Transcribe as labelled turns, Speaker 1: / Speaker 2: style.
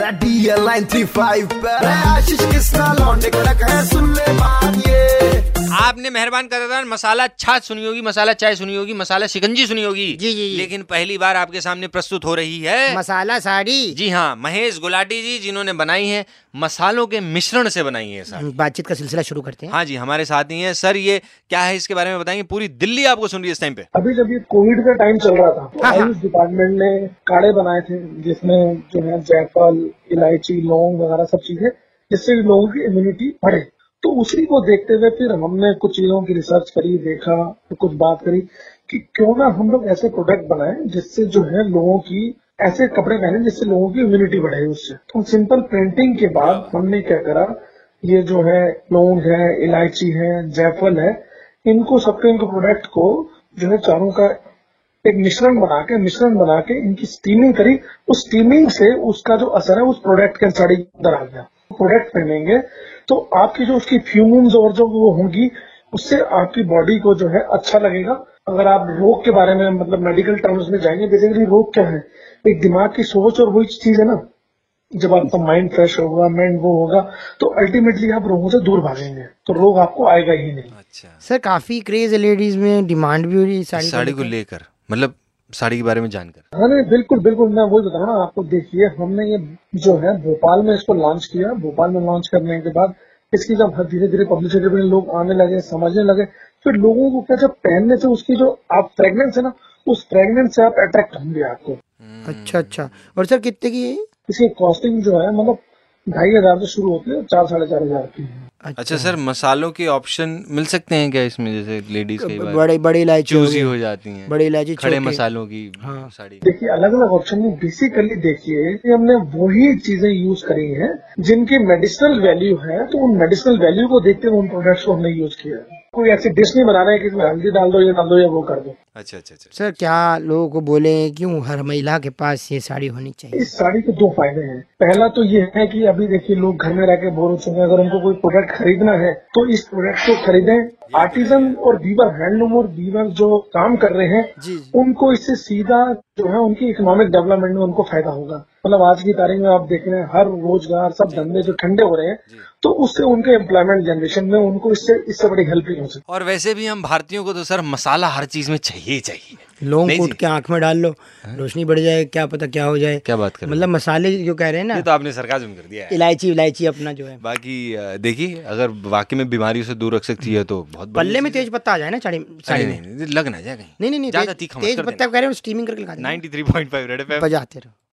Speaker 1: Radio line three five पर है आशीष कृष्णा लौंडे कड़क है सुनने बात ये
Speaker 2: आपने मेहरबान कदरदान मसाला छाछ सुनी होगी मसाला चाय सुनी होगी मसाला शिकंजी सुनी होगी
Speaker 3: जी, जी, जी।
Speaker 2: लेकिन पहली बार आपके सामने प्रस्तुत हो रही है
Speaker 3: मसाला साड़ी
Speaker 2: जी हाँ महेश गुलाटी जी जिन्होंने बनाई है मसालों के मिश्रण से बनाई है सर
Speaker 3: हम बातचीत का सिलसिला शुरू करते हैं
Speaker 2: हाँ जी हमारे साथ ही हैं सर ये क्या है इसके बारे में बताएंगे पूरी दिल्ली आपको सुन रही है इस टाइम पे
Speaker 4: अभी जब ये कोविड का टाइम चल रहा था तो
Speaker 2: हाँ, हाँ।
Speaker 4: आयुष डिपार्टमेंट ने काढ़े बनाए थे जिसमें जो है जायफल इलायची लौंग वगैरह सब चीजें जिससे लोगों की इम्यूनिटी बढ़े तो उसी को देखते हुए फिर हमने कुछ चीजों की रिसर्च करी देखा फिर कुछ बात करी कि क्यों ना हम लोग ऐसे प्रोडक्ट बनाए जिससे जो है लोगों की ऐसे कपड़े पहने जिससे लोगों की इम्यूनिटी बढ़े उससे तो सिंपल प्रिंटिंग के बाद हमने क्या करा ये जो है लौंग है इलायची है जायफल है इनको सबके इनको प्रोडक्ट को जो है चारों का एक मिश्रण बना के मिश्रण बना के इनकी स्टीमिंग करी उस स्टीमिंग से उसका जो असर है उस प्रोडक्ट के साड़ी के अंदर आ गया प्रोडक्ट पहनेंगे तो आपकी जो उसकी फ्यूम्स और जो वो होंगी उससे आपकी बॉडी को जो है अच्छा लगेगा अगर आप रोग के बारे में मतलब मेडिकल टर्म्स में जाएंगे बेसिकली रोग क्या है एक दिमाग की सोच और वही चीज है ना जब आपका माइंड फ्रेश होगा माइंड वो होगा तो अल्टीमेटली आप रोगों से दूर भागेंगे तो रोग आपको आएगा ही नहीं
Speaker 2: अच्छा
Speaker 3: सर काफी क्रेज है लेडीज में डिमांड भी हो रही है साड़ी अच्छा।
Speaker 2: साड़ी को
Speaker 3: लेकर।
Speaker 2: लेकर मतलब साड़ी के बारे में जानकर
Speaker 4: हाँ नहीं बिल्कुल बिल्कुल मैं वही बता रहा हूँ आपको देखिए हमने ये जो है भोपाल में इसको लॉन्च किया भोपाल में लॉन्च करने के बाद इसकी जब धीरे धीरे पब्लिसिटी में लोग आने लगे समझने लगे फिर लोगों को क्या जब पहनने से उसकी जो आप फ्रेगनेंस है ना उस फ्रेगनेंस से आप अट्रैक्ट होंगे आपको
Speaker 3: अच्छा अच्छा और सर कितने की है
Speaker 4: इसकी कॉस्टिंग जो है मतलब ढाई हजार से शुरू होती है चार साढ़े चार हजार की है
Speaker 2: अच्छा सर मसालों के ऑप्शन मिल सकते हैं क्या इसमें जैसे लेडीज कई
Speaker 3: ब-
Speaker 2: बार
Speaker 3: बड़े बड़े इलायची हो
Speaker 2: चूजी
Speaker 3: गई।
Speaker 2: हो जाती हैं
Speaker 3: बड़े इलायची
Speaker 2: खड़े
Speaker 3: छोटे।
Speaker 2: मसालों की
Speaker 3: हाँ।
Speaker 2: साड़ी
Speaker 4: देखिए अलग अलग ऑप्शन में बेसिकली देखिए कि हमने वही चीजें यूज करी हैं जिनकी मेडिसिनल वैल्यू है तो उन मेडिसिनल वैल्यू को देखते हुए उन प्रोडक्ट्स को हमने यूज किया है कोई ऐसी डिश नहीं बना रहा है कि इसमें हल्दी डाल दो ये डाल दो या वो कर दो
Speaker 2: अच्छा अच्छा अच्छा
Speaker 3: सर क्या लोगों को बोले क्यों हर महिला के पास ये साड़ी होनी चाहिए
Speaker 4: इस साड़ी के दो फायदे हैं पहला तो ये है कि अभी देखिए लोग घर में रह के बोर हो चुके हैं अगर उनको कोई प्रोडक्ट खरीदना है तो इस प्रोडक्ट को खरीदें आर्टिजन और बीवर हैंडलूम और बीवर जो काम कर रहे हैं
Speaker 3: जी
Speaker 4: उनको इससे सीधा जो है उनकी इकोनॉमिक डेवलपमेंट में उनको फायदा होगा मतलब आज की तारीख में आप देख रहे हैं हर रोजगार सब धंधे जो ठंडे हो रहे हैं तो उससे उनके एम्प्लॉयमेंट जनरेशन में उनको इससे इससे बड़ी हेल्प नहीं हो सकती
Speaker 2: और वैसे भी हम भारतीयों को तो सर मसाला हर चीज में चाहिए ही चाहिए
Speaker 3: लौंग
Speaker 2: नहीं
Speaker 3: कूट
Speaker 2: जी।
Speaker 3: के आंख में डाल लो रोशनी बढ़ जाए क्या पता क्या हो जाए
Speaker 2: क्या बात कर रहे हो?
Speaker 3: मतलब मसाले जो कह रहे हैं
Speaker 2: ये
Speaker 3: ना
Speaker 2: तो आपने सरकाजम कर दिया है
Speaker 3: इलायची इलायची अपना जो है
Speaker 2: बाकी अ, देखिए अगर वाकई में बीमारियों से दूर रख सकती है तो बहुत बढ़िया
Speaker 3: पल्ले में
Speaker 2: चीज़ है।
Speaker 3: तेज पत्ता आ जाए ना साड़ी
Speaker 2: अरे
Speaker 3: साड़ी में
Speaker 2: नहीं, नहीं, नहीं, लग ना जाए कहीं
Speaker 3: नहीं नहीं नहीं
Speaker 2: ज्यादा
Speaker 3: तेज-
Speaker 2: तीखा मत
Speaker 3: तेज
Speaker 2: कर
Speaker 3: पत्ता
Speaker 2: देना
Speaker 3: कह रहे हो स्टीमिंग करके खा देना।
Speaker 2: 93.5 रेड एफएम
Speaker 3: बजाते रहो